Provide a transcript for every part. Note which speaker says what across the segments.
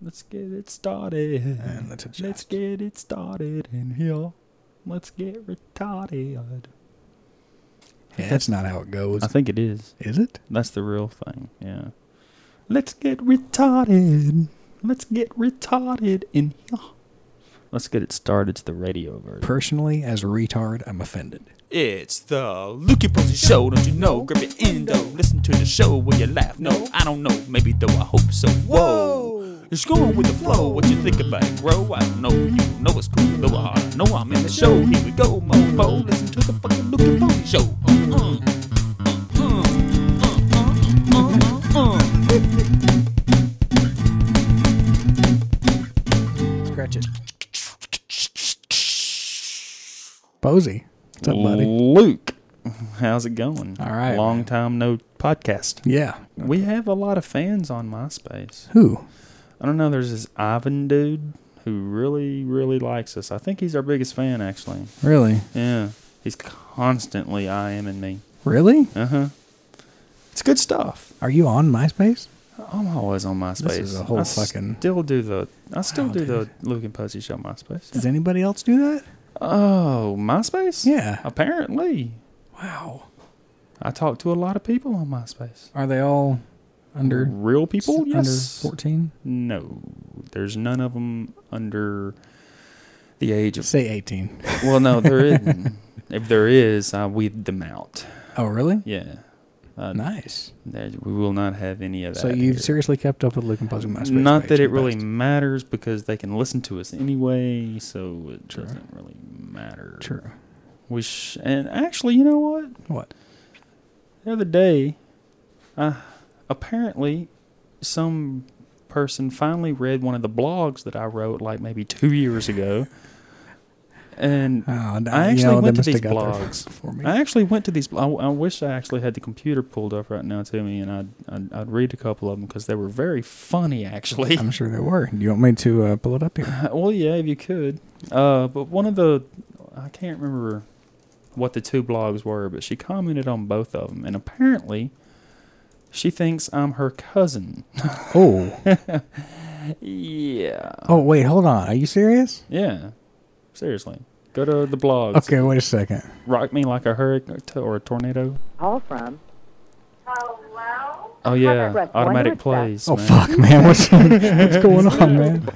Speaker 1: Let's get it started.
Speaker 2: And let's adjust.
Speaker 1: Let's get it started in here. Let's get retarded.
Speaker 2: Yeah, that's not how it goes.
Speaker 1: I think it is.
Speaker 2: Is it?
Speaker 1: That's the real thing. Yeah. Let's get retarded. Let's get retarded in here. Let's get it started. It's the radio version.
Speaker 2: Personally, as a retard, I'm offended.
Speaker 1: It's the Lukey Posey Show, don't you know? Grab your endo, listen to the show. Will you laugh? No, I don't know. Maybe though, I hope so. Whoa, it's going with the flow. What you think about it, bro? I don't know. You know it's cool, though. I know I'm in the show. Here we go, mofo. Listen to the fucking Lukey Posey Show. Uh, uh, uh, uh, uh, uh, uh, uh.
Speaker 2: Scratch it. Posey. What's up, buddy?
Speaker 1: Luke, how's it going?
Speaker 2: All right,
Speaker 1: Long
Speaker 2: man.
Speaker 1: time no podcast.
Speaker 2: Yeah.
Speaker 1: We have a lot of fans on MySpace.
Speaker 2: Who?
Speaker 1: I don't know. There's this Ivan dude who really, really likes us. I think he's our biggest fan, actually.
Speaker 2: Really?
Speaker 1: Yeah. He's constantly I am and me.
Speaker 2: Really?
Speaker 1: Uh huh. It's good stuff.
Speaker 2: Are you on MySpace?
Speaker 1: I'm always on MySpace.
Speaker 2: is a whole
Speaker 1: I
Speaker 2: fucking-
Speaker 1: Still do the. I still
Speaker 2: Wow,
Speaker 1: do
Speaker 2: dude.
Speaker 1: the Luke and Posey show MySpace.
Speaker 2: Does anybody else do that?
Speaker 1: Oh, MySpace.
Speaker 2: Yeah.
Speaker 1: Apparently,
Speaker 2: Wow.
Speaker 1: I talk to a lot of people on MySpace.
Speaker 2: Are they all under
Speaker 1: real people? yes.
Speaker 2: under 14?
Speaker 1: No, there's none of them under the age of.
Speaker 2: Say 18.
Speaker 1: Well, no, there isn't. if there is, I weed them out.
Speaker 2: Oh, really?
Speaker 1: Yeah, uh,
Speaker 2: Nice.
Speaker 1: there- we will not have any of that.
Speaker 2: So
Speaker 1: here.
Speaker 2: you've seriously kept up with Luke and Posey MySpace.
Speaker 1: Not
Speaker 2: page,
Speaker 1: that it
Speaker 2: you're
Speaker 1: really
Speaker 2: best.
Speaker 1: matters because they can listen to us anyway, so it
Speaker 2: True.
Speaker 1: doesn't really matter.
Speaker 2: True.
Speaker 1: We sh- and actually, you know what?
Speaker 2: What?
Speaker 1: The other day, uh, apparently, some person finally read one of the blogs that I wrote like maybe two years ago, and
Speaker 2: Oh, I
Speaker 1: actually went to these blogs.
Speaker 2: for me.
Speaker 1: I actually went to these. I, I wish I actually had the computer pulled up right now to me, and I'd I'd, I'd read a couple of them because they were very funny actually.
Speaker 2: I'm sure they were. Do you want me to uh, pull it up here?
Speaker 1: well, yeah, if you could. Uh, but one of the I can't remember what the two blogs were, but she commented on both of them, and apparently, she thinks I'm her cousin.
Speaker 2: Oh.
Speaker 1: Yeah.
Speaker 2: Oh, wait, hold on. Are you serious?
Speaker 1: Yeah. Seriously, go to the blogs.
Speaker 2: Okay, wait a second.
Speaker 1: Rock me like a hurricane or a tornado.
Speaker 3: All from.
Speaker 4: Hello?
Speaker 1: Oh
Speaker 3: Cover
Speaker 1: yeah,
Speaker 3: breath,
Speaker 1: automatic
Speaker 3: wonder
Speaker 1: plays.
Speaker 3: stuff.
Speaker 2: Oh,
Speaker 1: man.
Speaker 2: fuck, man. What's, what's going on, man?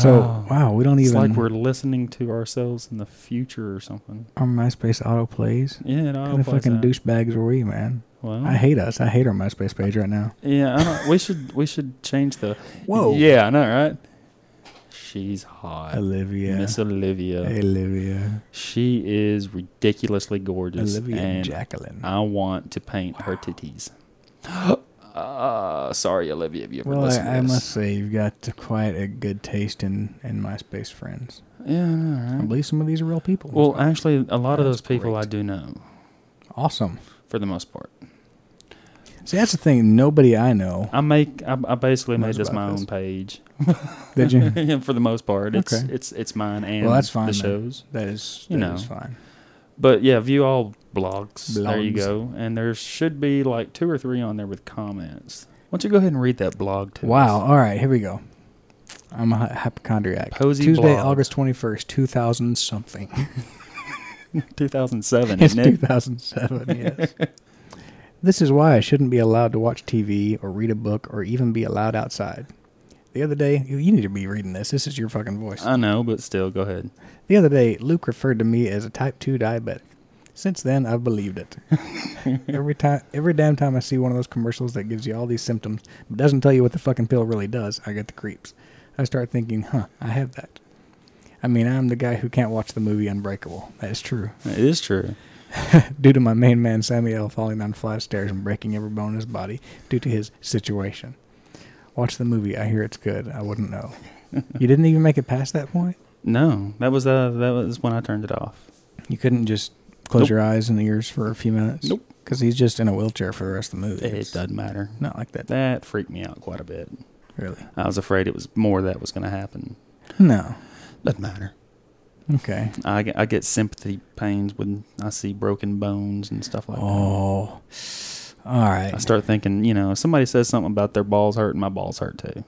Speaker 2: So, wow, we don't
Speaker 1: It's
Speaker 2: even.
Speaker 1: like we're listening to ourselves in the future or something.
Speaker 2: Our MySpace autoplays.
Speaker 1: Yeah, it
Speaker 2: What
Speaker 1: all
Speaker 2: the
Speaker 1: plays
Speaker 2: fucking
Speaker 1: out.
Speaker 2: douchebags are we, man?
Speaker 1: Well,
Speaker 2: I hate us. I hate our MySpace page right now.
Speaker 1: yeah, I don't, we should we should change the.
Speaker 2: Whoa.
Speaker 1: Yeah, I know, right? She's hot,
Speaker 2: Olivia.
Speaker 1: Miss Olivia.
Speaker 2: Olivia.
Speaker 1: She is ridiculously gorgeous,
Speaker 2: Olivia
Speaker 1: and
Speaker 2: Jacqueline.
Speaker 1: I want to paint her titties. uh, sorry, Olivia, if you ever
Speaker 2: Well,
Speaker 1: listen
Speaker 2: I,
Speaker 1: to
Speaker 2: I
Speaker 1: this.
Speaker 2: must say, you've got quite a good taste in, in MySpace friends.
Speaker 1: Yeah, I know,
Speaker 2: I
Speaker 1: right?
Speaker 2: believe some of these are real people.
Speaker 1: Well, actually, a lot of those
Speaker 2: That's
Speaker 1: people
Speaker 2: great.
Speaker 1: I do know,
Speaker 2: awesome.
Speaker 1: for the most part.
Speaker 2: See, that's the thing. Nobody I know.
Speaker 1: I make I, I basically made
Speaker 2: Knows
Speaker 1: this
Speaker 2: about
Speaker 1: my
Speaker 2: this.
Speaker 1: own page.
Speaker 2: Did you?
Speaker 1: for the most part, it's
Speaker 2: Okay.
Speaker 1: it's it's mine and
Speaker 2: well, that's fine.
Speaker 1: the
Speaker 2: then.
Speaker 1: shows.
Speaker 2: That is,
Speaker 1: You
Speaker 2: that
Speaker 1: know.
Speaker 2: is fine.
Speaker 1: But yeah, view all blogs. There you
Speaker 2: Blogs.
Speaker 1: go. And there should be like two or three on there with comments. Why don't you go ahead and read that blog to
Speaker 2: Wow.
Speaker 1: us?
Speaker 2: All right, here we go. I'm a hy- hypochondriac.
Speaker 1: Posey
Speaker 2: Tuesday,
Speaker 1: blog.
Speaker 2: August 21st, 2000 something.
Speaker 1: 2007,
Speaker 2: It's
Speaker 1: isn't it?
Speaker 2: 2007, yes. this is why I shouldn't be allowed to watch TV or read a book or even be allowed outside. The other day, you you need to be reading this. This is your fucking voice.
Speaker 1: I know, but still, go ahead.
Speaker 2: The other day, Luke referred to me as a type 2 diabetic. Since then, I've believed it. every time, every damn time I see one of those commercials that gives you all these symptoms but doesn't tell you what the fucking pill really does, I get the creeps. I start thinking, huh, I have that. I mean, I'm the guy who can't watch the movie Unbreakable. That is true.
Speaker 1: It is true.
Speaker 2: due to my main man Samuel falling down flight of stairs and breaking every bone in his body due to his situation. Watch the movie. I hear it's good. I wouldn't know. you didn't even make it past that point.
Speaker 1: No, that was uh, that was when I turned it off.
Speaker 2: You couldn't just close
Speaker 1: Nope.
Speaker 2: your eyes and ears for a few minutes.
Speaker 1: Nope.
Speaker 2: Because he's just in a wheelchair for the rest of the movie.
Speaker 1: It
Speaker 2: It's
Speaker 1: doesn't matter.
Speaker 2: Not like that.
Speaker 1: That freaked me out quite a bit.
Speaker 2: Really.
Speaker 1: I was afraid it was more that was going to happen.
Speaker 2: No.
Speaker 1: Doesn't matter.
Speaker 2: Okay.
Speaker 1: I, get- I get sympathy pains when I see broken bones and stuff like that.
Speaker 2: Oh. All right.
Speaker 1: I start thinking, you know, if somebody says something about their balls hurt, my balls hurt too.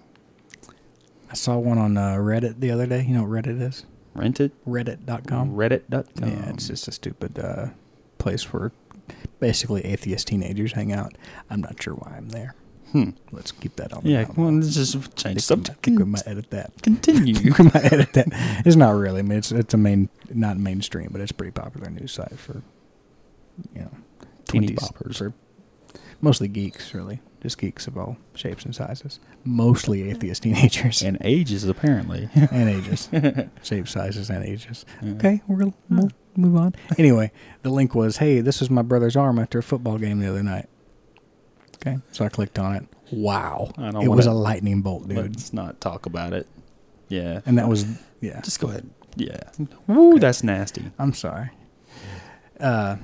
Speaker 2: I saw one on uh, Reddit the other day. You know what Reddit is?
Speaker 5: Rent it.
Speaker 2: Reddit.com.
Speaker 5: Reddit.com.
Speaker 2: Yeah, it's just a stupid uh, place where basically atheist teenagers hang out. I'm not sure why I'm there.
Speaker 5: Hmm.
Speaker 2: Let's keep that on. the
Speaker 5: Yeah,
Speaker 2: down
Speaker 5: well,
Speaker 2: low.
Speaker 5: let's just
Speaker 2: I
Speaker 5: change
Speaker 2: think,
Speaker 5: subject.
Speaker 2: we might- I think we might edit that.
Speaker 5: Continue.
Speaker 2: we might edit that. It's not really. I mean, it's it's a main not mainstream, but it's a pretty popular news site for you know
Speaker 5: Teeny
Speaker 2: 20s
Speaker 5: boppers.
Speaker 2: for mostly geeks, really, just geeks of all shapes and sizes, mostly atheist teenagers
Speaker 5: and ages, apparently.
Speaker 2: and ages, shape sizes and ages.
Speaker 5: Yeah.
Speaker 2: Okay, we're gonna we'll move on. Anyway, the link was, "Hey, this was my brother's arm after a football game the other night." Okay, so I clicked on it. Wow,
Speaker 5: I don't
Speaker 2: it was a
Speaker 5: wanna-
Speaker 2: lightning bolt, dude,
Speaker 5: Let's not talk about it. Yeah.
Speaker 2: and that was yeah.
Speaker 5: Just go ahead. Yeah. Woo, that's nasty.
Speaker 2: I'm sorry. Uh,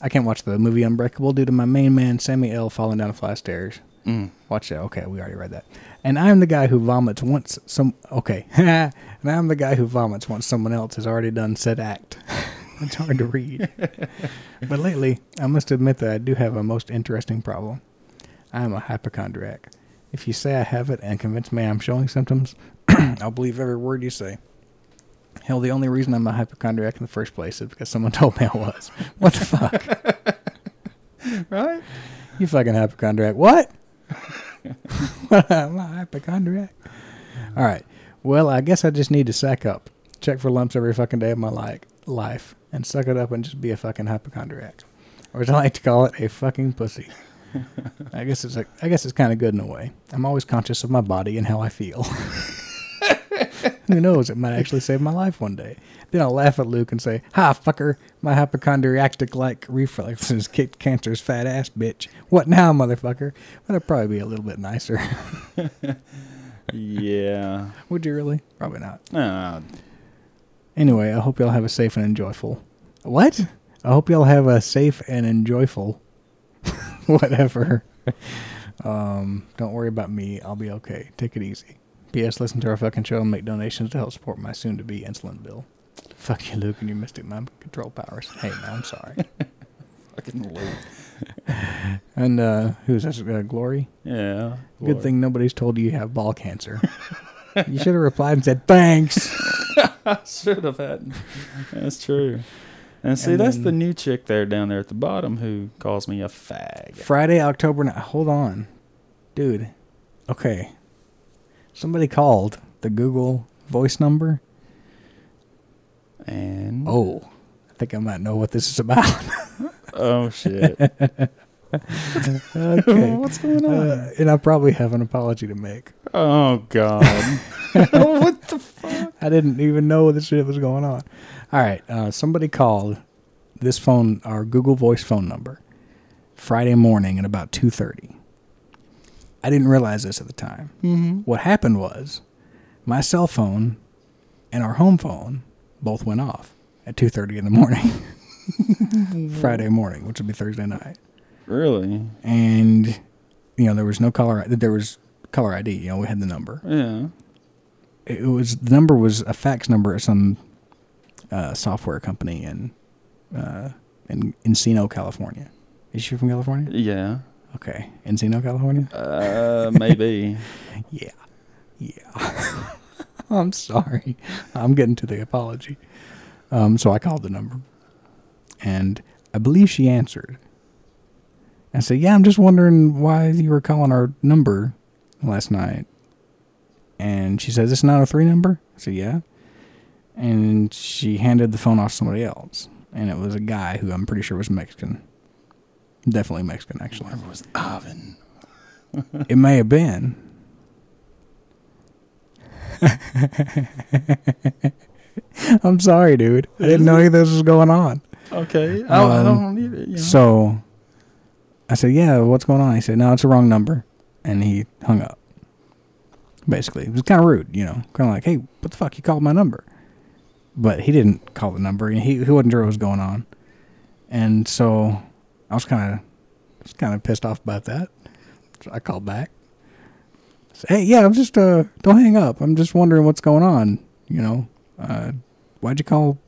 Speaker 2: I can't watch the movie Unbreakable due to my main man Sammy L falling down a flight of stairs.
Speaker 5: Mm.
Speaker 2: Watch that. Okay, we already read that. And I'm the guy who vomits once some. Okay, and I'm the guy who vomits once someone else has already done said act. it's hard to read. but lately, I must admit that I do have a most interesting problem. I am a hypochondriac. If you say I have it and convince me I'm showing symptoms, I'll believe every word you say. Hell, the only reason I'm a hypochondriac in the first place is because someone told me I was. What the fuck?
Speaker 5: Right?
Speaker 2: You fucking hypochondriac. What? I'm a hypochondriac. All right. Well, I guess I just need to sack up, check for lumps every fucking day of my like life, and suck it up and just be a fucking hypochondriac, or as I like to call it, a fucking pussy. I guess it's like I guess it's kind of good in a way. I'm always conscious of my body and how I feel. Who knows? It might actually save my life one day. Then I'll laugh at Luke and say, "Ha, fucker! My hypochondriac like reflexes kicked cancer's fat ass, bitch. What now, motherfucker?" But I'd probably be a little bit nicer.
Speaker 5: Yeah.
Speaker 2: Would you really? Probably not.
Speaker 5: Uh,
Speaker 2: Anyway, I hope y'all have a safe and enjoyful. What? I hope y'all have a safe and enjoyful. Whatever. Um, don't worry about me. I'll be okay. Take it easy. P.S. Listen to our fucking show and make donations to help support my soon to be insulin bill. Fuck you, Luke, and your mystic mind control powers. Hey, man, I'm sorry.
Speaker 5: fucking loop.
Speaker 2: and uh, who's this? Uh, Glory?
Speaker 5: Yeah.
Speaker 2: Good thing nobody's told you you have ball cancer. you should have replied and said, thanks.
Speaker 5: Should have had. That's true. And see,
Speaker 2: And
Speaker 5: that's
Speaker 2: then-
Speaker 5: the new chick there down there at the bottom who calls me a fag.
Speaker 2: Friday, October 9th. Hold on. Dude. Okay. Somebody called the Google voice number.
Speaker 5: And
Speaker 2: Oh. I think I might know what this is about.
Speaker 5: oh shit.
Speaker 2: okay.
Speaker 5: What's going on?
Speaker 2: Uh, and I probably have an apology to make.
Speaker 5: oh god. what the fuck?
Speaker 2: I didn't even know this shit was going on. All right. Uh, somebody called this phone, our Google Voice phone number, Friday morning at about 2.30. I didn't realize this at the time.
Speaker 5: Mm-hmm.
Speaker 2: What happened was my cell phone and our home phone both went off at 2.30 in the morning friday morning which would be thursday night
Speaker 5: Really?
Speaker 2: and you know there was no caller there was caller id you know we had the number
Speaker 5: Yeah.
Speaker 2: it was the number was a fax number at some uh, software company in uh, in encino california is she from california
Speaker 5: Yeah.
Speaker 2: okay encino california
Speaker 5: Uh, maybe.
Speaker 2: Yeah. Yeah. I'm sorry. I'm getting to the apology. Um, so I called the number. And I believe she answered. And said, Yeah, I'm just wondering why you were calling our number last night. And she said, This is not a three number? I said, Yeah. And she handed the phone off to somebody else. And it was a guy who I'm pretty sure was Mexican. Definitely Mexican, actually.
Speaker 5: It was Ivan.
Speaker 2: It may have been. I'm sorry, dude. I didn't know any of this was going on.
Speaker 5: Okay. Oh, I
Speaker 2: Um,
Speaker 5: don't need it. You know?
Speaker 2: So I said, Yeah, what's going on? He said, No, it's a wrong number. And he hung up. Basically, it was kind of rude, you know, kind of like, Hey, what the fuck? You called my number. But he didn't call the number. and He, he wasn't sure what was going on. And so I was kind of was kind of pissed off about that. So I called back. Said, hey, yeah, I'm just, uh, don't hang up. I'm just wondering what's going on. You know, uh, why'd you call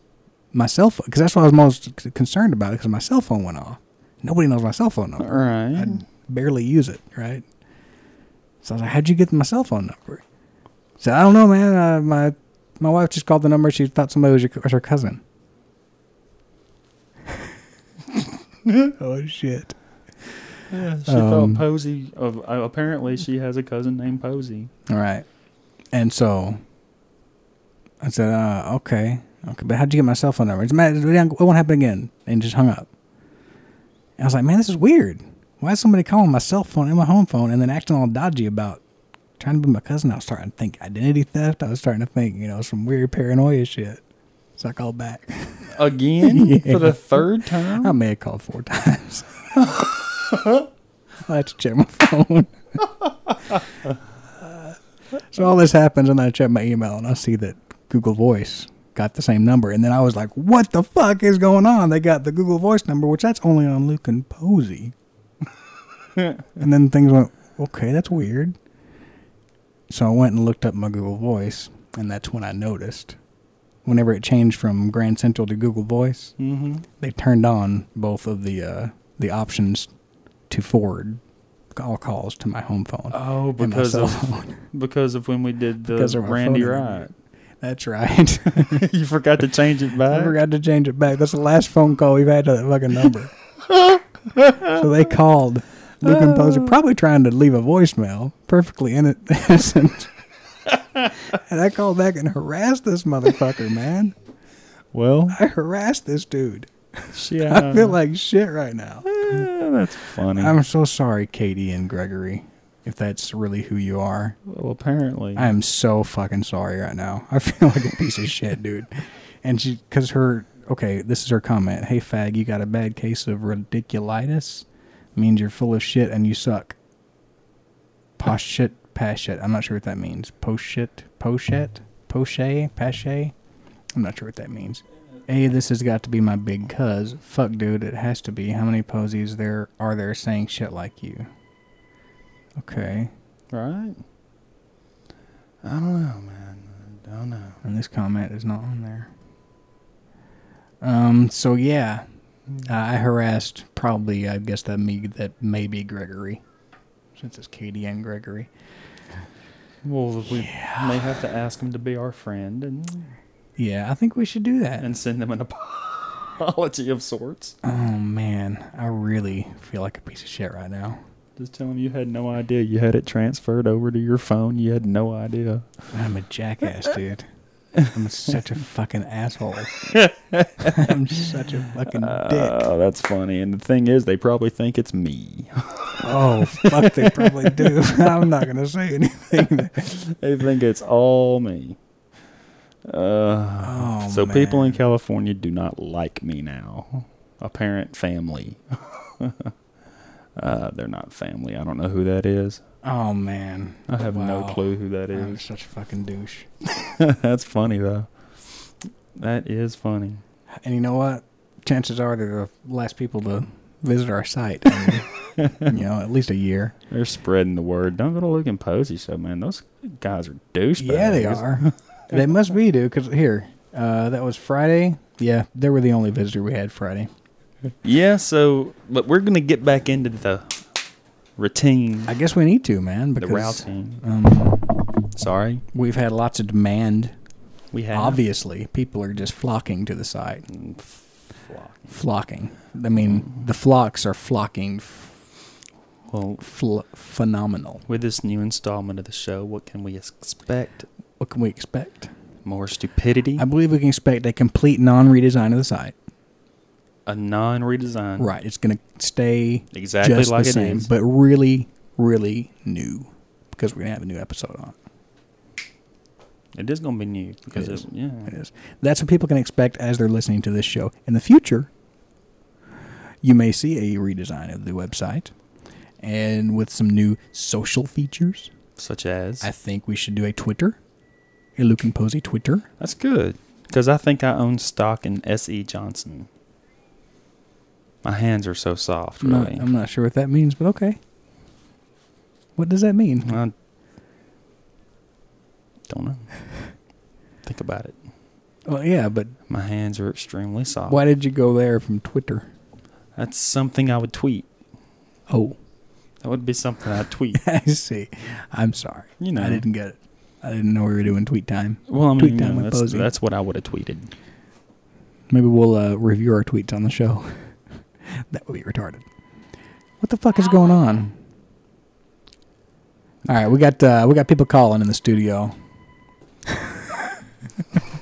Speaker 2: my cell phone? Because that's what I was most c- concerned about because my cell phone went off. Nobody knows my cell phone
Speaker 5: All
Speaker 2: number.
Speaker 5: right.
Speaker 2: I barely use it, right? So I was like, how'd you get my cell phone number? Said, I don't know, man. Uh, my my wife just called the number. She thought somebody was, your, was her cousin. oh shit!
Speaker 1: Yeah, she
Speaker 2: Um,
Speaker 1: thought Posey. Of, uh, apparently, she has a cousin named Posey.
Speaker 2: All right. And so I said, uh, okay. Okay, but how'd you get my cell phone number? It's mad, it won't happen again. And just hung up. And I was like, man, this is weird. Why is somebody calling my cell phone and my home phone and then acting all dodgy about trying to be my cousin? I was starting to think identity theft. I was starting to think, you know, some weird paranoia shit. So I called back.
Speaker 1: Again
Speaker 2: Yeah.
Speaker 1: for the third time.
Speaker 2: I may have called four times. I'll have to check my phone. so all this happens, and I check my email, and I see that Google Voice got the same number. And then I was like, what the fuck is going on? They got the Google Voice number, which that's only on Luke and Posey. and then things went, okay, that's weird. So I went and looked up my Google Voice, and that's when I noticed. Whenever it changed from Grand Central to Google Voice,
Speaker 1: mm-hmm.
Speaker 2: they turned on both of the uh, the options to forward all calls to my home phone.
Speaker 1: Oh,
Speaker 2: and my
Speaker 1: because
Speaker 2: cell
Speaker 1: of
Speaker 2: phone.
Speaker 1: because of when we did the
Speaker 2: Because of our
Speaker 1: Randy
Speaker 2: phone
Speaker 1: Wright.
Speaker 2: that's right.
Speaker 1: you forgot to change it
Speaker 2: I
Speaker 1: back.
Speaker 2: forgot to change it back. That's the last phone call we've had to that fucking number. so they called Luke and
Speaker 1: Uh.
Speaker 2: Poser, probably trying to leave a voicemail, perfectly inno- innocent. and I called back and harassed this motherfucker, man.
Speaker 1: Well,
Speaker 2: I harassed this dude.
Speaker 1: she.
Speaker 2: I feel like shit right now.
Speaker 1: that's funny.
Speaker 2: I'm so sorry, Katie and Gregory, if that's really who you are.
Speaker 1: well, apparently,
Speaker 2: I am so fucking sorry right now. I feel like a piece of shit, dude. And she, because her, okay, this is her comment. Hey, fag, you got a bad case of ridiculitis? Means you're full of shit and you suck. Posh shit, pash shit. I'm not sure what that means. Posh shit, posh shit, poche, pache. I'm not sure what that means. A, this has got to be my big cuz. Fuck, dude, it has to be. How many posies there are there saying shit like you? Okay.
Speaker 1: right? I don't know, man. I don't know.
Speaker 2: And this comment is not on there. Um. So yeah, uh, I harassed probably I guess that me that maybe Gregory, since it's Katie and Gregory.
Speaker 1: Well, we may have to ask him to be our friend and
Speaker 2: Yeah, I think we should do that.
Speaker 1: and send him an apology of sorts.
Speaker 2: oh man, I really feel like a piece of shit right now.
Speaker 1: Just tell him you had no idea. You had it transferred over to your phone. You had no idea.
Speaker 2: I'm a jackass, dude. I'm such a fucking asshole. I'm such a fucking dick.
Speaker 1: Oh, that's funny. And the thing is, they probably think it's me.
Speaker 2: Oh fuck, they probably do. I'm not gonna say anything.
Speaker 1: they think it's all me. Uh,
Speaker 2: Oh,
Speaker 1: so people in
Speaker 2: man.
Speaker 1: California do not like me now. Apparent family. uh, they're not family. I don't know who that is.
Speaker 2: Oh man,
Speaker 1: I have no
Speaker 2: Wow.
Speaker 1: clue who that
Speaker 2: I'm
Speaker 1: is.
Speaker 2: such a fucking douche.
Speaker 1: that's funny though. That is funny.
Speaker 2: And you know what? Chances are they're the last people to visit our site. in, you know, at least a year.
Speaker 1: They're spreading the word. Don't go to Luke and Posey show, man. Those guys are douchebags.
Speaker 2: Yeah, they are. they must be, dude. Because here, uh, that was Friday. Yeah, they were the only visitor we had Friday.
Speaker 1: Yeah, so but we're gonna get back into the routine.
Speaker 2: I guess we need to, man,
Speaker 1: the
Speaker 2: because
Speaker 1: routine.
Speaker 2: um,
Speaker 1: Sorry.
Speaker 2: we've had lots of demand.
Speaker 1: We have
Speaker 2: Obviously, people are just flocking to the site.
Speaker 1: Flock.
Speaker 2: Flocking. I mean, the flocks are flocking. F-
Speaker 1: Well,
Speaker 2: fl- phenomenal.
Speaker 1: with this new installment of the show, what can we expect?
Speaker 2: What can we expect?
Speaker 1: More stupidity,
Speaker 2: I believe we can expect a complete non-redesign of the site.
Speaker 1: a non-redesign,
Speaker 2: Right. It's going to stay
Speaker 1: Exactly
Speaker 2: just
Speaker 1: like
Speaker 2: the
Speaker 1: it
Speaker 2: same,
Speaker 1: is.
Speaker 2: but really, really new because we're going to have a new episode on it.
Speaker 1: It is gonna be new because
Speaker 2: It
Speaker 1: it
Speaker 2: is.
Speaker 1: yeah,
Speaker 2: It is. That's what people can expect as they're listening to this show. In the future, you may see a redesign of the website and with some new social features.
Speaker 1: such as
Speaker 2: I think we should do a Twitter, a Luke and Posey Twitter.
Speaker 1: that's good because I think I own stock in S. E. Johnson. My hands are so soft,
Speaker 2: I'm, not,
Speaker 1: really.
Speaker 2: I'm not sure what that means, but okay. What does that mean?
Speaker 1: I don't know. Think about it.
Speaker 2: Well, yeah, but
Speaker 1: My hands are extremely soft.
Speaker 2: why did you go there from Twitter?
Speaker 1: That's something I would tweet.
Speaker 2: Oh,
Speaker 1: That would be something I tweet.
Speaker 2: I see. I'm sorry.
Speaker 1: You know.
Speaker 2: I didn't get it. I didn't know we were doing tweet time.
Speaker 1: Well, I mean,
Speaker 2: Tweet
Speaker 1: you
Speaker 2: time
Speaker 1: know,
Speaker 2: with
Speaker 1: that's,
Speaker 2: Posey.
Speaker 1: that's what I would have tweeted.
Speaker 2: Maybe we'll uh, review our tweets on the show. that would be retarded. What the fuck is going on? All right, we got uh, we got people calling in the studio.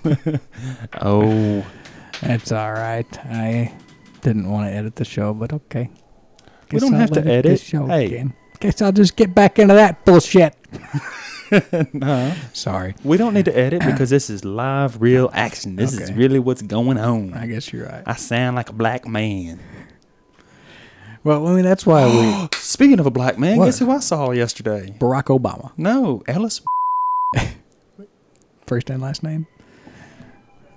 Speaker 1: Oh,
Speaker 2: It's all right. I didn't want to edit the show, but okay.
Speaker 1: We don't have to
Speaker 2: let it-
Speaker 1: edit.
Speaker 2: this Show
Speaker 1: Hey.
Speaker 2: again. guess I'll just get back into that bullshit.
Speaker 1: no.
Speaker 2: Sorry.
Speaker 1: We don't need to edit because this is live, real action. This is
Speaker 2: Okay.
Speaker 1: really what's going on.
Speaker 2: I
Speaker 1: I,
Speaker 2: guess you're right.
Speaker 1: sound like a black man.
Speaker 2: Well, I mean that's why we
Speaker 1: Speaking of a black man,
Speaker 2: What?
Speaker 1: guess who I saw yesterday?
Speaker 2: Barack Obama
Speaker 1: No, Ellis
Speaker 2: first and last name.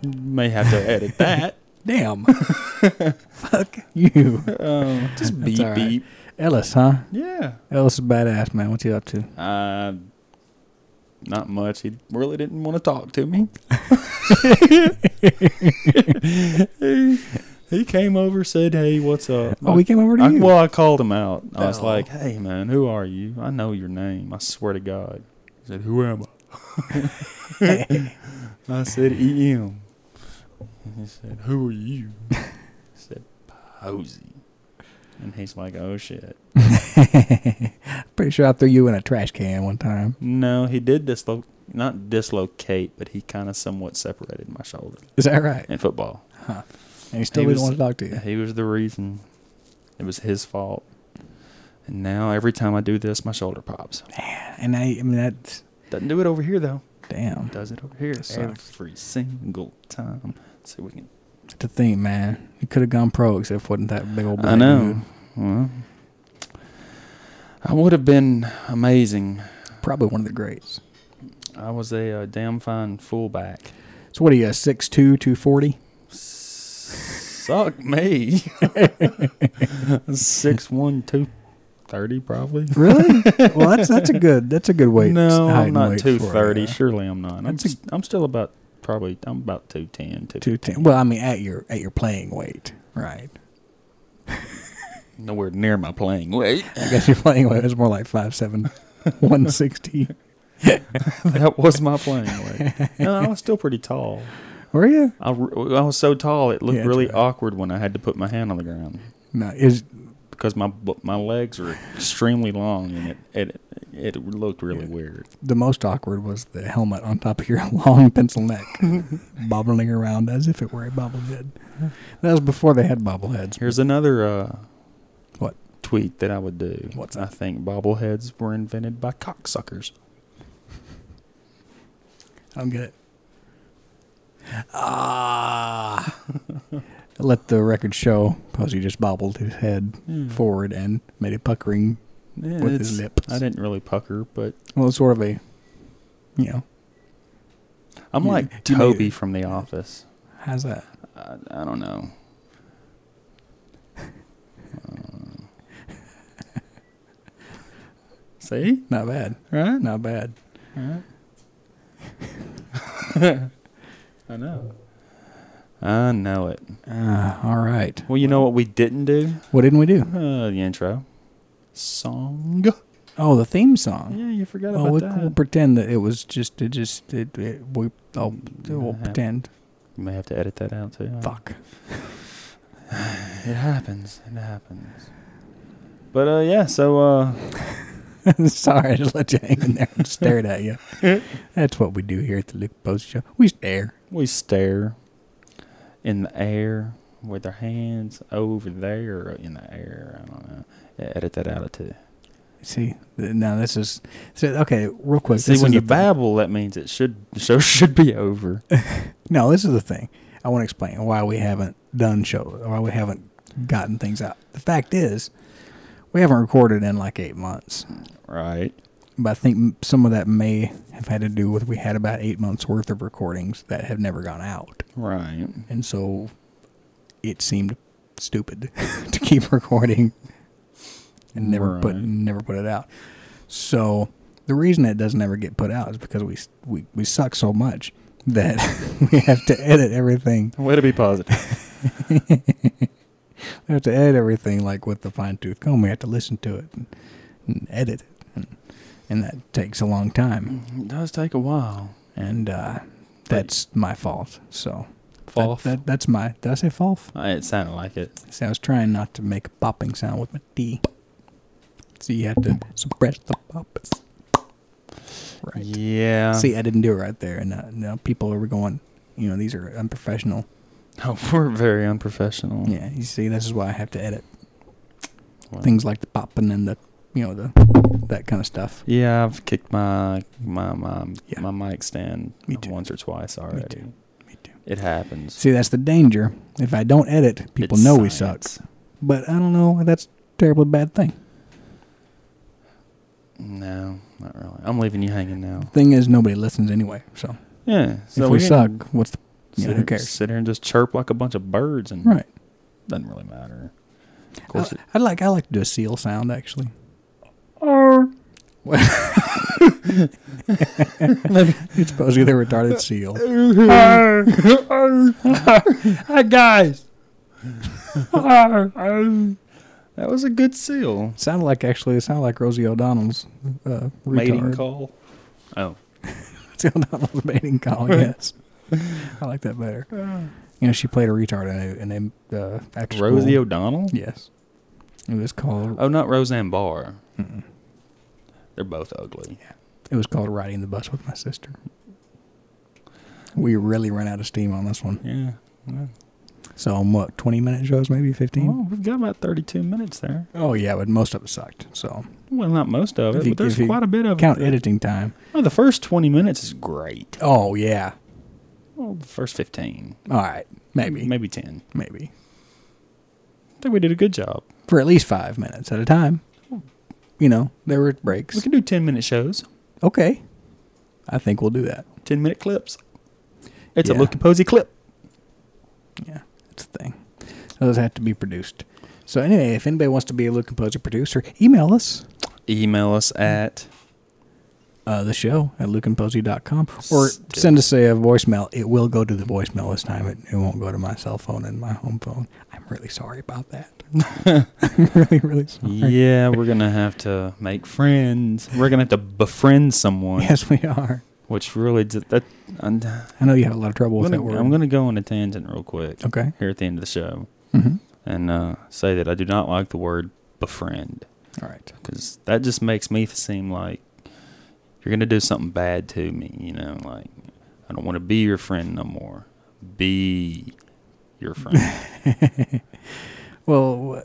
Speaker 1: may have to edit that.
Speaker 2: Damn. Fuck you,
Speaker 1: Um, just
Speaker 2: Oh, That's
Speaker 1: beep
Speaker 2: all right.
Speaker 1: beep.
Speaker 2: Ellis, huh?
Speaker 1: Yeah.
Speaker 2: Ellis is badass, man. What's he up to? Oh,
Speaker 1: Uh, not much. He really didn't want to talk to me. he, he came over, said, "Hey, what's up?"
Speaker 2: Oh, we came over to
Speaker 1: I,
Speaker 2: you.
Speaker 1: Well, I called him out. I was
Speaker 2: Oh.
Speaker 1: like, "Hey, man, who are you? I know your name. I swear to God." He said, "Who am I?" I said, "E.M." And He said, "Who are you?" I said, "Posey." And he's like, "Oh shit."
Speaker 2: Pretty sure I threw you in a trash can one time.
Speaker 1: No, he did dislo not dislocate, but he kind of somewhat separated my shoulder
Speaker 2: Is that right?
Speaker 1: in football.
Speaker 2: Huh. And he still
Speaker 1: He was-
Speaker 2: didn't want to talk to you.
Speaker 1: He was the reason. It was his fault. And now every time I do this, my shoulder pops.
Speaker 2: And I, I mean, that's
Speaker 1: Doesn't do it over here though.
Speaker 2: damn.
Speaker 1: Does it over here
Speaker 2: sucks.
Speaker 1: every single time. So we can.
Speaker 2: That's the thing, man. You could have gone pro except for wasn't that big old.
Speaker 1: I
Speaker 2: black
Speaker 1: know. Well, I would have been amazing.
Speaker 2: dude. Probably one of the greats.
Speaker 1: I was a uh, damn fine fullback.
Speaker 2: So what are you, a 6'2", 240?
Speaker 1: Suck me. Six one two thirty probably.
Speaker 2: Really? well, that's that's a good that's a good weight.
Speaker 1: no,
Speaker 2: height
Speaker 1: I'm
Speaker 2: and
Speaker 1: not
Speaker 2: weight
Speaker 1: two
Speaker 2: for,
Speaker 1: thirty.
Speaker 2: uh,
Speaker 1: Surely I'm not. I'm,
Speaker 2: That's a-
Speaker 1: s- I'm still about probably I'm about 210, 210.
Speaker 2: 210. Well, I mean, at your at your playing weight, right?
Speaker 1: Nowhere near my playing weight.
Speaker 2: I guess your playing weight is more like 5'7", 160.
Speaker 1: that was my playing weight. No, I was still pretty tall.
Speaker 2: Were you?
Speaker 1: I, r- I was so tall it looked
Speaker 2: Yeah, that's
Speaker 1: really
Speaker 2: right.
Speaker 1: awkward when I had to put my hand on the ground
Speaker 2: No, is
Speaker 1: because my bu- my legs are extremely long and it it it looked really weird.
Speaker 2: the most awkward was the helmet on top of your long pencil neck, bobbling around as if it were a bobblehead. That was before they had bobbleheads.
Speaker 1: Here's another uh,
Speaker 2: What?
Speaker 1: tweet that I would do.
Speaker 2: What's
Speaker 1: I think bobbleheads were invented by cocksuckers.
Speaker 2: I don't get it. Ah. Let the record show. Posey just bobbled his head
Speaker 1: Mm.
Speaker 2: forward and made a puckering.
Speaker 1: Yeah,
Speaker 2: With
Speaker 1: it's-
Speaker 2: his lips.
Speaker 1: I didn't really pucker, but
Speaker 2: Well, it's sort of a, you know,
Speaker 1: I'm
Speaker 2: You- you
Speaker 1: like
Speaker 2: made
Speaker 1: Toby
Speaker 2: it.
Speaker 1: from The Office.
Speaker 2: how's that?
Speaker 1: I, I don't know. Uh, see,
Speaker 2: Not bad.
Speaker 1: right?
Speaker 2: Not bad.
Speaker 1: Alright. I know. I know it.
Speaker 2: Uh, all right.
Speaker 1: Well, you know what we didn't do?
Speaker 2: What didn't we do?
Speaker 1: Uh, the intro. Song.
Speaker 2: Oh, the theme song.
Speaker 1: Yeah, you forgot
Speaker 2: Well,
Speaker 1: about
Speaker 2: we,
Speaker 1: that.
Speaker 2: Oh, we'll pretend that it was just it just it, it we oh we'll
Speaker 1: happened.
Speaker 2: pretend.
Speaker 1: you may have to edit that out too.
Speaker 2: Fuck.
Speaker 1: It happens. It happens. But uh, yeah. So uh,
Speaker 2: Sorry, I just let you hang in there and stared at you. That's what we do here at the Luke Post Show. We stare.
Speaker 1: we stare in the air with our hands over there in the air. I don't know. Yeah, edit that out too.
Speaker 2: See, th- now this is so okay. Real quick.
Speaker 1: See,
Speaker 2: this is
Speaker 1: when you
Speaker 2: the thing.
Speaker 1: babble, that means it should the show should be over.
Speaker 2: No, this is the thing. I want to explain why we haven't done shows, why we haven't gotten things out. The fact is, we haven't recorded in like eight months.
Speaker 1: right.
Speaker 2: But I think m- some of that may have had to do with we had about eight months worth of recordings that have never gone out.
Speaker 1: Right.
Speaker 2: and so it seemed stupid to keep recording and never put
Speaker 1: Right.
Speaker 2: never put it out. So the reason it doesn't ever get put out is because we we we suck so much that we have to edit everything.
Speaker 1: Way to be positive.
Speaker 2: We have to edit everything like with the fine tooth comb. We have to listen to it and, and edit it and, and that takes a long time.
Speaker 1: It does take a while.
Speaker 2: And uh, that's my fault. So that-
Speaker 1: False.
Speaker 2: That, that's my. Did I say fault?
Speaker 1: Uh, it sounded like it.
Speaker 2: See, I was trying not to make a popping sound with my D. So you have to suppress the pops. Right.
Speaker 1: Yeah.
Speaker 2: See, I didn't do it right there, and uh, now people are going. You know, these are unprofessional.
Speaker 1: Oh, we're very unprofessional.
Speaker 2: Yeah, you see, this is why I have to edit
Speaker 1: Well,
Speaker 2: things like the popping and the, you know, the that kind of stuff.
Speaker 1: Yeah, I've kicked my my my
Speaker 2: Yeah.
Speaker 1: my mic stand
Speaker 2: Me too.
Speaker 1: once or twice already.
Speaker 2: too. Me too.
Speaker 1: It happens.
Speaker 2: See, that's the danger. If I don't edit, people
Speaker 1: It's
Speaker 2: know we suck.
Speaker 1: science.
Speaker 2: But I don't know. That's a terribly bad thing.
Speaker 1: No, not really. I'm leaving you hanging now.
Speaker 2: Thing is, nobody listens anyway. So,
Speaker 1: Yeah. So
Speaker 2: if we,
Speaker 1: can
Speaker 2: suck, what's the
Speaker 1: Sit,
Speaker 2: Yeah, who
Speaker 1: here-
Speaker 2: cares?
Speaker 1: sit here and just chirp like a bunch of birds and
Speaker 2: right? Uh,
Speaker 1: doesn't really matter. Of
Speaker 2: I,
Speaker 1: course, it,
Speaker 2: I like I like to do a seal sound actually. What? it's supposed to be the retarded seal.
Speaker 1: Hi guys. Um, that was a good seal.
Speaker 2: Sounded like actually it sounded like Rosie O'Donnell's uh, retard.
Speaker 1: Mating call. Oh.
Speaker 2: Rosie O'Donnell's mating call. Yes, I like that better. You know, she played a retard in a, in a uh, after school-
Speaker 1: Rosie O'Donnell?
Speaker 2: Yes, it was called
Speaker 1: Oh, not Roseanne Barr. They're both ugly.
Speaker 2: it was called riding the bus with my sister. We really ran out of steam on this one.
Speaker 1: Yeah.
Speaker 2: So I'm what twenty minute shows maybe fifteen.
Speaker 1: Well, we've got about 32 minutes there.
Speaker 2: Oh yeah, but most of it sucked. So
Speaker 1: Well, not most of
Speaker 2: If
Speaker 1: it,
Speaker 2: you-
Speaker 1: but there's
Speaker 2: if you
Speaker 1: quite a bit of
Speaker 2: count
Speaker 1: it.
Speaker 2: editing time.
Speaker 1: Oh, the first 20 minutes is great.
Speaker 2: Oh yeah.
Speaker 1: Well, the first 15.
Speaker 2: All right, maybe, maybe,
Speaker 1: Maybe 10.
Speaker 2: maybe
Speaker 1: I think we did a good job.
Speaker 2: for at least five minutes at a time. You know, there were breaks.
Speaker 1: We can do 10 minute shows,
Speaker 2: Okay, I think we'll do that.
Speaker 1: 10 minute clips. It's a
Speaker 2: Yeah.
Speaker 1: Luke and Posey clip.
Speaker 2: Yeah, that's the thing. Those have to be produced. So anyway, if anybody wants to be a Luke Composer producer, email us
Speaker 1: Email us at.
Speaker 2: uh, the show at lukeandposey.com or
Speaker 1: Still.
Speaker 2: send us a, voicemail. It will go to the voicemail this time. It, it won't go to my cell phone and my home phone. I'm really sorry about that. I'm really, really sorry.
Speaker 1: Yeah, we're going to have to make friends. We're going to have to befriend someone,
Speaker 2: Yes, we are.
Speaker 1: which really. d- That, and,
Speaker 2: I know you have a lot of trouble with
Speaker 1: I'm
Speaker 2: that word.
Speaker 1: gonna- I'm going to go on a tangent real quick
Speaker 2: okay.
Speaker 1: here at the end of the show
Speaker 2: hmm
Speaker 1: and uh, say that I do not like the word befriend
Speaker 2: All right.
Speaker 1: because that just makes me seem like you're going to do something bad to me. You know, like I don't want to be your friend no more. Be your friend,
Speaker 2: Well,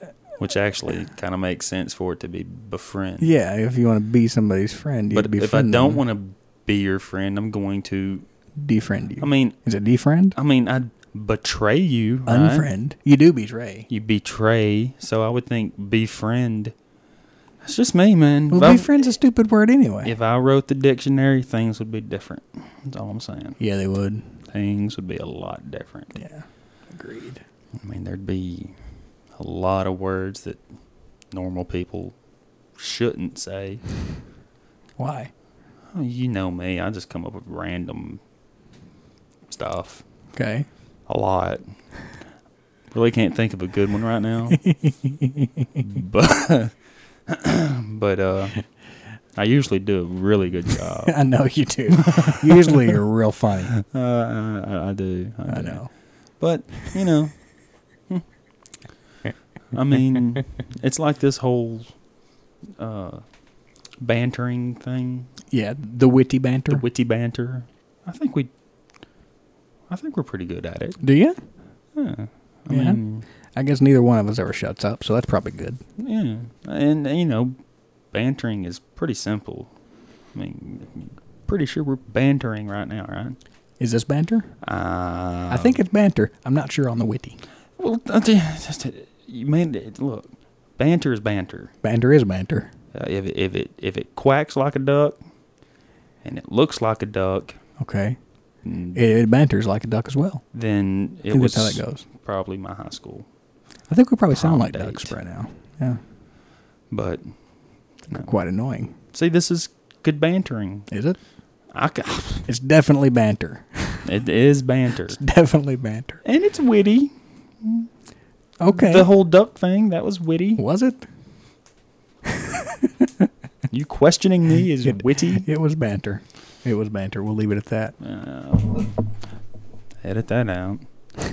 Speaker 2: wh-
Speaker 1: which actually kind of makes sense for it to be befriend.
Speaker 2: yeah, if you want to be somebody's friend, you have to
Speaker 1: but
Speaker 2: be
Speaker 1: if I
Speaker 2: friend
Speaker 1: don't
Speaker 2: them.
Speaker 1: want to be your friend, I'm going to.
Speaker 2: defriend you.
Speaker 1: I mean,
Speaker 2: Is it defriend?
Speaker 1: I mean, I betray you. Right?
Speaker 2: Unfriend. You do betray.
Speaker 1: you betray. So I would think befriend. That's just me, man.
Speaker 2: Well,
Speaker 1: If I-
Speaker 2: befriend's a stupid word anyway.
Speaker 1: If I wrote the dictionary, things would be different. That's all I'm saying.
Speaker 2: Yeah, they would.
Speaker 1: Things would be a lot different.
Speaker 2: Yeah. Agreed.
Speaker 1: I mean, there'd be a lot of words that normal people shouldn't say.
Speaker 2: Why?
Speaker 1: Oh, you know me. I just come up with random stuff
Speaker 2: Okay.
Speaker 1: a lot. Really can't think of a good one right now. but but uh I usually do a really good job.
Speaker 2: I know you do. Usually you're real funny.
Speaker 1: Uh, I, I- I do. I,
Speaker 2: I
Speaker 1: do.
Speaker 2: know.
Speaker 1: But, you know, hmm. I mean, it's like this whole uh, bantering thing,
Speaker 2: Yeah, the witty banter.
Speaker 1: the witty banter. I think we, I think we're pretty good at it.
Speaker 2: do you?
Speaker 1: Yeah. I
Speaker 2: Yeah.
Speaker 1: mean,
Speaker 2: I guess neither one of us ever shuts up, so that's probably good.
Speaker 1: yeah. And, you know, bantering is pretty simple. I mean, pretty sure we're bantering right now, right?
Speaker 2: Is this banter?
Speaker 1: Uh,
Speaker 2: I think it's banter. I'm not sure on the witty.
Speaker 1: Well, I think- just, uh, you mean it- look, banter is banter.
Speaker 2: Banter is banter.
Speaker 1: Uh, if it, if it if it quacks like a duck, and it looks like a duck,
Speaker 2: Okay.
Speaker 1: n-
Speaker 2: It, it banters like a duck as well.
Speaker 1: then
Speaker 2: I
Speaker 1: it
Speaker 2: think
Speaker 1: was
Speaker 2: that's how that goes.
Speaker 1: probably my high school.
Speaker 2: I think we probably sound like
Speaker 1: Prom date.
Speaker 2: ducks right now. Yeah.
Speaker 1: But no.
Speaker 2: Quite annoying.
Speaker 1: see, this is good bantering.
Speaker 2: Is it?
Speaker 1: I ca-
Speaker 2: It's definitely banter.
Speaker 1: it is banter,
Speaker 2: definitely banter.
Speaker 1: and it's witty.
Speaker 2: Okay.
Speaker 1: The whole duck thing that was witty.
Speaker 2: was it?
Speaker 1: You questioning me is witty.
Speaker 2: It was banter. It was banter. We'll leave it at that.
Speaker 1: Uh, edit that out.
Speaker 2: No,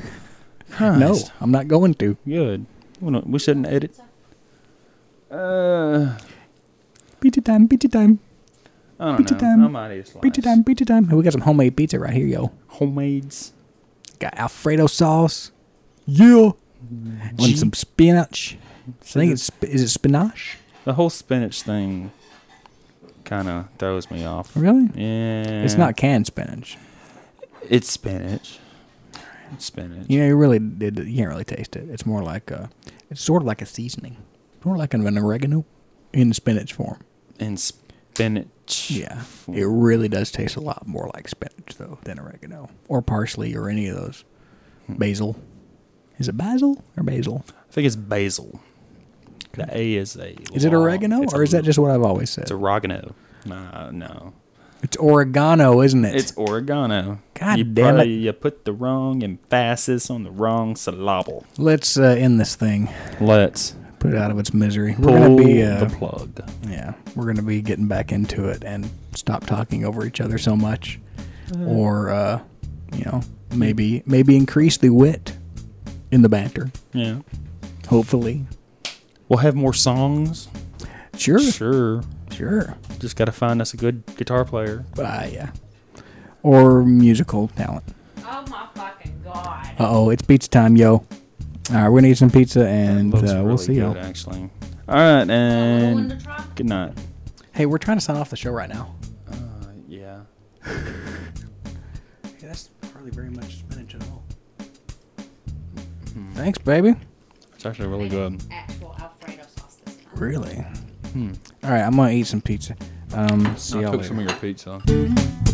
Speaker 1: Christ.
Speaker 2: I'm not going to.
Speaker 1: Good. We, don't, we shouldn't edit. Uh,
Speaker 2: Pizza time, pizza time,
Speaker 1: I don't
Speaker 2: Pizza
Speaker 1: know.
Speaker 2: time.
Speaker 1: I might eat a slice.
Speaker 2: pizza time, pizza time. Hey, we got some homemade pizza right here, yo.
Speaker 1: Homemades.
Speaker 2: Got Alfredo sauce. Yeah. And
Speaker 1: Gee.
Speaker 2: some spinach. I think it's sp- is it spinach?
Speaker 1: The whole spinach thing kind of throws me off.
Speaker 2: Really?
Speaker 1: Yeah.
Speaker 2: It's not canned spinach.
Speaker 1: It's spinach. It's spinach.
Speaker 2: You know, you really did. You can't really taste it. It's more like a. It's sort of like a seasoning, more like an oregano in spinach form.
Speaker 1: And spinach.
Speaker 2: Yeah, it really does taste a lot more like spinach though than oregano or parsley or any of those.
Speaker 1: Hmm.
Speaker 2: Basil, is it basil or basil?
Speaker 1: I think it's basil. The A is a.
Speaker 2: Is it
Speaker 1: long-
Speaker 2: oregano
Speaker 1: it's
Speaker 2: or
Speaker 1: a-
Speaker 2: is that just what I've always said?
Speaker 1: It's oregano. No, no.
Speaker 2: It's oregano, isn't it?
Speaker 1: It's oregano.
Speaker 2: God
Speaker 1: you
Speaker 2: damn it.
Speaker 1: probably- You put the wrong emphasis on the wrong syllable.
Speaker 2: Let's uh, end this thing.
Speaker 1: Let's
Speaker 2: Put it out of its misery.
Speaker 1: pull
Speaker 2: We're gonna be uh,
Speaker 1: the plug.
Speaker 2: Yeah, we're going to be getting back into it and stop talking over each other so much,
Speaker 1: Uh-huh.
Speaker 2: or uh, you know, maybe maybe increase the wit in the banter.
Speaker 1: Yeah.
Speaker 2: Hopefully,
Speaker 1: We'll have more songs.
Speaker 2: sure,
Speaker 1: Sure.
Speaker 2: sure,
Speaker 1: Just got to find us a good guitar player.
Speaker 2: ah, yeah, or musical talent.
Speaker 3: Oh my fucking god.
Speaker 2: Uh oh, it's pizza time, yo! All right, we're gonna eat some pizza and uh,
Speaker 1: Looks
Speaker 2: we'll
Speaker 1: really
Speaker 2: see
Speaker 1: good, eh?
Speaker 2: y'all.
Speaker 1: Actually. All right,
Speaker 3: Another one to
Speaker 1: and
Speaker 3: try?
Speaker 1: good night.
Speaker 2: Hey, we're trying to sign off the show right now.
Speaker 1: Uh, Yeah.
Speaker 2: Hey, that's hardly very much spinach at all. Thanks, baby.
Speaker 1: It's actually really good.
Speaker 3: Actual Alfredo sauce this time.
Speaker 2: Hmm. Really? All right, I'm gonna eat some pizza. Um, see
Speaker 1: I'll
Speaker 2: y'all
Speaker 1: cook
Speaker 2: later.
Speaker 1: some of your pizza.